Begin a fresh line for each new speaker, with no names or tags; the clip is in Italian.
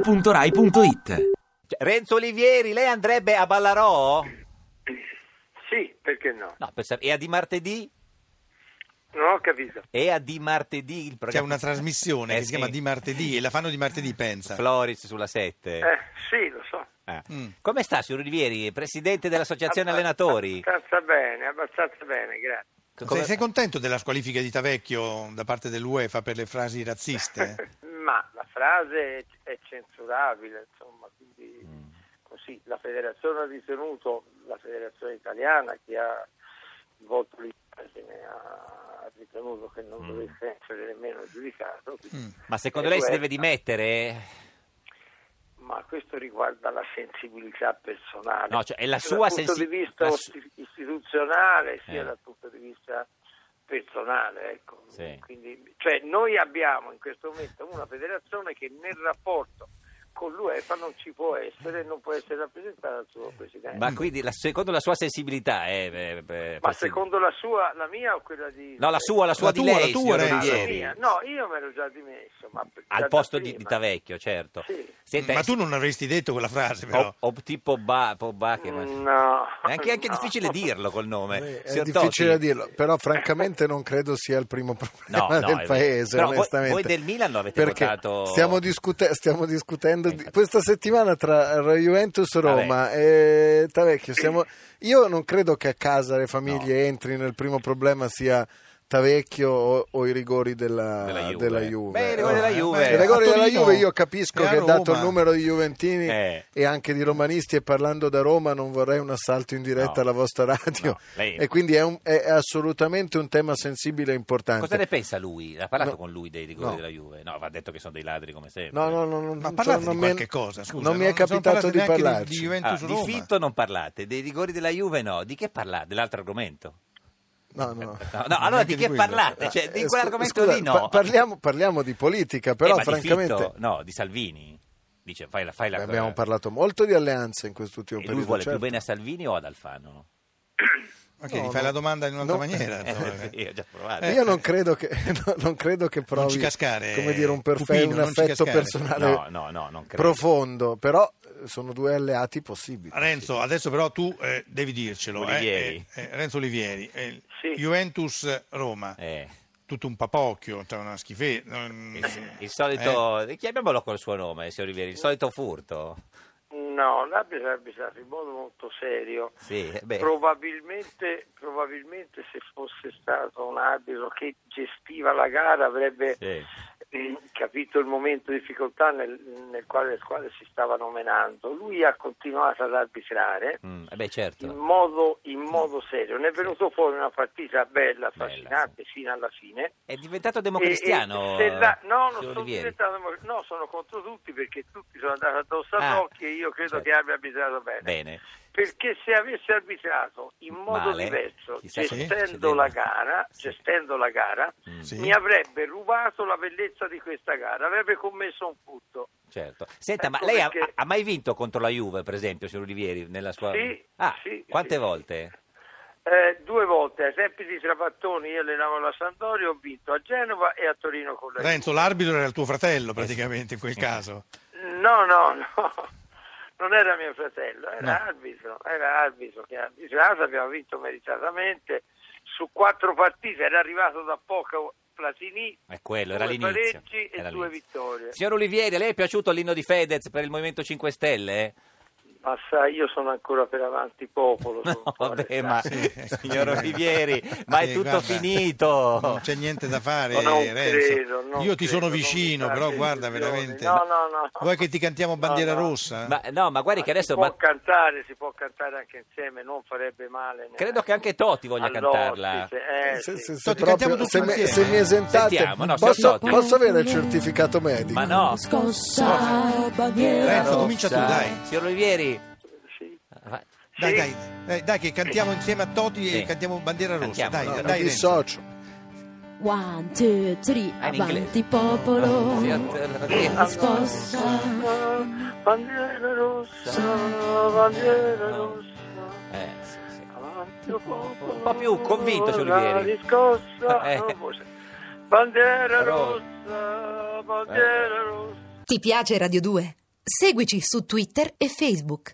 radio2pod.rai.it
Cioè, Renzo Olivieri, lei andrebbe a Ballarò?
Sì, perché no?
No, per sa- e a di martedì?
Non ho capito.
E a di martedì il
C'è
programma
una trasmissione
Eh,
che si chiama
sì.
Di martedì e la fanno di martedì, pensa.
Floris sulla 7.
Eh, sì, lo so.
Mm.
Come sta, signor Olivieri, presidente dell'Associazione
Abbast-
Allenatori?
Abbastanza bene, abbastanza bene, grazie.
Come-
Sei, sei contento della squalifica di Tavecchio da parte dell'UEFA per le frasi razziste?
Ma la frase è, è censurabile, insomma, quindi così la federazione ha ritenuto, la federazione italiana che ha svolto l'indagine ha ritenuto che non dovesse essere nemmeno giudicato. quindi-
Mm.
Ma secondo
Eh,
lei si
beh,
deve dimettere?
Ma questo riguarda la sensibilità personale,
No, cioè, è la
sia
sua
dal punto
sensi-
di vista
la su-
osti- istituzionale sia
Eh.
dal punto di vista personale. Ecco.
Sì.
Quindi, cioè, noi abbiamo in questo momento una federazione che nel rapporto con l'UEFA non ci può essere e non può essere rappresentata dal suo presidente.
Ma quindi, la- secondo la sua sensibilità, eh, eh, eh,
Eh. Ma
presidente.
secondo la sua, la mia o quella di...
No, la sua, la sua
La
di
tua, la
lei,
tua,
signor
Renzo.
Ah, la
Olivieri.
mia. No, io mi ero già dimesso. Ma già da
Al posto di,
prima.
di Tavecchio, certo.
Sì.
Senta,
Ma
eh,
tu non avresti detto quella frase, però.
o, o tipo Ba, po ba che...
Mm, No.
È anche, anche
no.
difficile dirlo col nome.
Eh, È
Signor
difficile
Totti.
da dirlo, però francamente non credo sia il primo
No,
problema
no, è
del
vero.
paese,
Però voi-
onestamente.
voi del Milan lo avete
Perché
votato-
Stiamo, discute- stiamo discutendo di-
infatti.
questa settimana tra Juventus e Roma e Tavecchio. Siamo... Io non credo che a casa le famiglie entrino, il primo problema sia Tavecchio o, o i rigori della,
Della Juve.
della Juve.
Beh, i rigori
Oh,
della
eh.
Juve.
I rigori
A
della
Torino
Juve io capisco
e a
che dato il
Roma.
numero di Juventini
Eh.
e anche di romanisti e parlando da Roma non vorrei un assalto in diretta
No.
alla vostra radio
No, lei-
e quindi è, un- è assolutamente un tema sensibile e importante.
Cosa ne pensa lui? Ha parlato
No.
con lui dei rigori
No.
della Juve? No, va detto che sono dei ladri come sempre.
No, no, no, no,
Ma
non-
parlate
non
di
mi è-
qualche cosa, scusa.
Non mi è capitato
parlate
di
neanche
parlarci.
Di, di
Ah,
Juventus
di
Roma.
Fitto non parlate, dei rigori della Juve no. Di che parlate? Dell'altro argomento?
No, no.
No, no, allora di
Neanche di
che
quello.
parlate? Cioè,
Eh,
di
scu-
quell'argomento
scusa,
lì no.
pa- parliamo, parliamo di politica,
Eh,
però
ma
francamente
Di Fitto, no, di Salvini. Dice, fai la, fai la
abbiamo
cosa-
parlato molto di alleanze in quest'ultimo
E lui
periodo.
vuole
certo.
più bene a Salvini o ad Alfano?
Ok,
No,
gli fai
no.
la domanda in un'altra
No. Eh,
maniera.
Eh,
allora.
sì, ho già provato.
Io non credo che, no, non credo che provi
Eh. ci cascare, eh,
come dire, un, perfe-
Pupino,
un
non ci
affetto
cascare.
personale
No, no, no, non credo.
profondo, però eh, sono due alleati possibili.
Renzo, adesso però tu eh, devi dircelo. eh,
Olivieri.
eh, eh, Renzo Olivieri, eh,
Sì.
Juventus-Roma,
Eh,
tutto un papocchio, cioè una schifezza. mm, eh.
il, il solito...
Eh.
Chiamiamolo col suo nome, signor Rivieri. Il solito furto.
No, l'ha arbitrato in modo molto serio.
Sì, eh beh.
Probabilmente, probabilmente se fosse stato un arbitro che gestiva la gara avrebbe
Sì.
ehm, capito il momento di difficoltà nel, nel quale, nel quale si stavano menando. Lui ha continuato ad arbitrare
Mm, eh beh,
in
certo.
modo, in modo serio. Ne è venuto fuori una partita bella, affascinante fino alla fine.
È diventato democristiano.
E- e se la- no, non
signor
sono
Olivieri.
diventato democratico, no, sono contro tutti perché tutti sono andati addosso a
Ah,
Nocchi e io credo
certo.
che abbia arbitrato bene.
Bene.
Perché se avesse arbitrato in modo
Male,
diverso,
chissà se- se
gestendo
deve-
la gara,
Sì.
gestendo la gara
Mm,
Sì.
mi avrebbe rubato la bellezza di questa gara, avrebbe commesso un furto.
Certo. Senta, ma
Ecco
lei ha,
perché-
ha mai vinto contro la Juve, per esempio, signor Olivieri, nella sua...
Sì,
Ah,
sì,
quante
sì.
volte?
Eh, due volte, ai tempi di Trapattoni, io allenavo la Sandoria, ho vinto a Genova e a Torino con la
Renzo, l'arbitro era il tuo
Eh,
fratello praticamente in quel caso.
No, no, no, non era mio fratello, era arbitro, era arbitro che ha arbitrato, abbiamo vinto meritatamente su quattro partite, era arrivato da poco Platini,
È quello,
due
era l'inizio.
pareggi e
Era
due
l'inizio.
vittorie.
Signor Olivieri, a lei è piaciuto l'inno di Fedez per il Movimento 5 Stelle?
Ma sai, io sono ancora per avanti popolo.
No,
sono ancora
vabbè,
restato.
ma signor Olivieri, ma è
Eh,
tutto
guarda,
finito.
Non c'è niente da fare,
No, non
Renzo.
credo, non
Io ti
credo,
sono
non mi
vicino,
fate
però guarda,
illusioni.
veramente.
No, no, no.
Vuoi che ti cantiamo bandiera
No, no.
rossa?
Ma, no, ma guardi che
si
adesso...
può
ma-
cantare, si può cantare anche insieme, non farebbe male. neanche.
Credo che anche Totti voglia
All'ospite,
cantarla.
eh, sì.
Se, se-
Totti,
se proprio-
cantiamo tutti
se me-
insieme.
se mi esentate,
Sentiamo, no, signor
posso,
Totti.
posso avere il certificato medico?
Ma no.
Scossa bandiera
Renzo, comincia tu,
Rossa.
dai.
Signor Olivieri... eh,
Sì.
va-
Dai,
Sì.
dai, dai, dai, che cantiamo insieme a Totti
Sì.
e cantiamo bandiera rossa.
Cantiamo,
Dai,
no,
No,
dai,
mi
Renzo.
dissocio.
One, two, three
Ah, in inglese.
Avanti popolo
Signor-
Scossa
Bandiera rossa, bandiera rossa,
Eh, sì, sì.
avanti un po'.
Un po' più convinto, signor Olivieri.
La riscossa,
Eh.
no, voce. Bandiera
Ro- eh.
rossa, bandiera rossa.
Ti piace Radio 2? Seguici su Twitter e Facebook.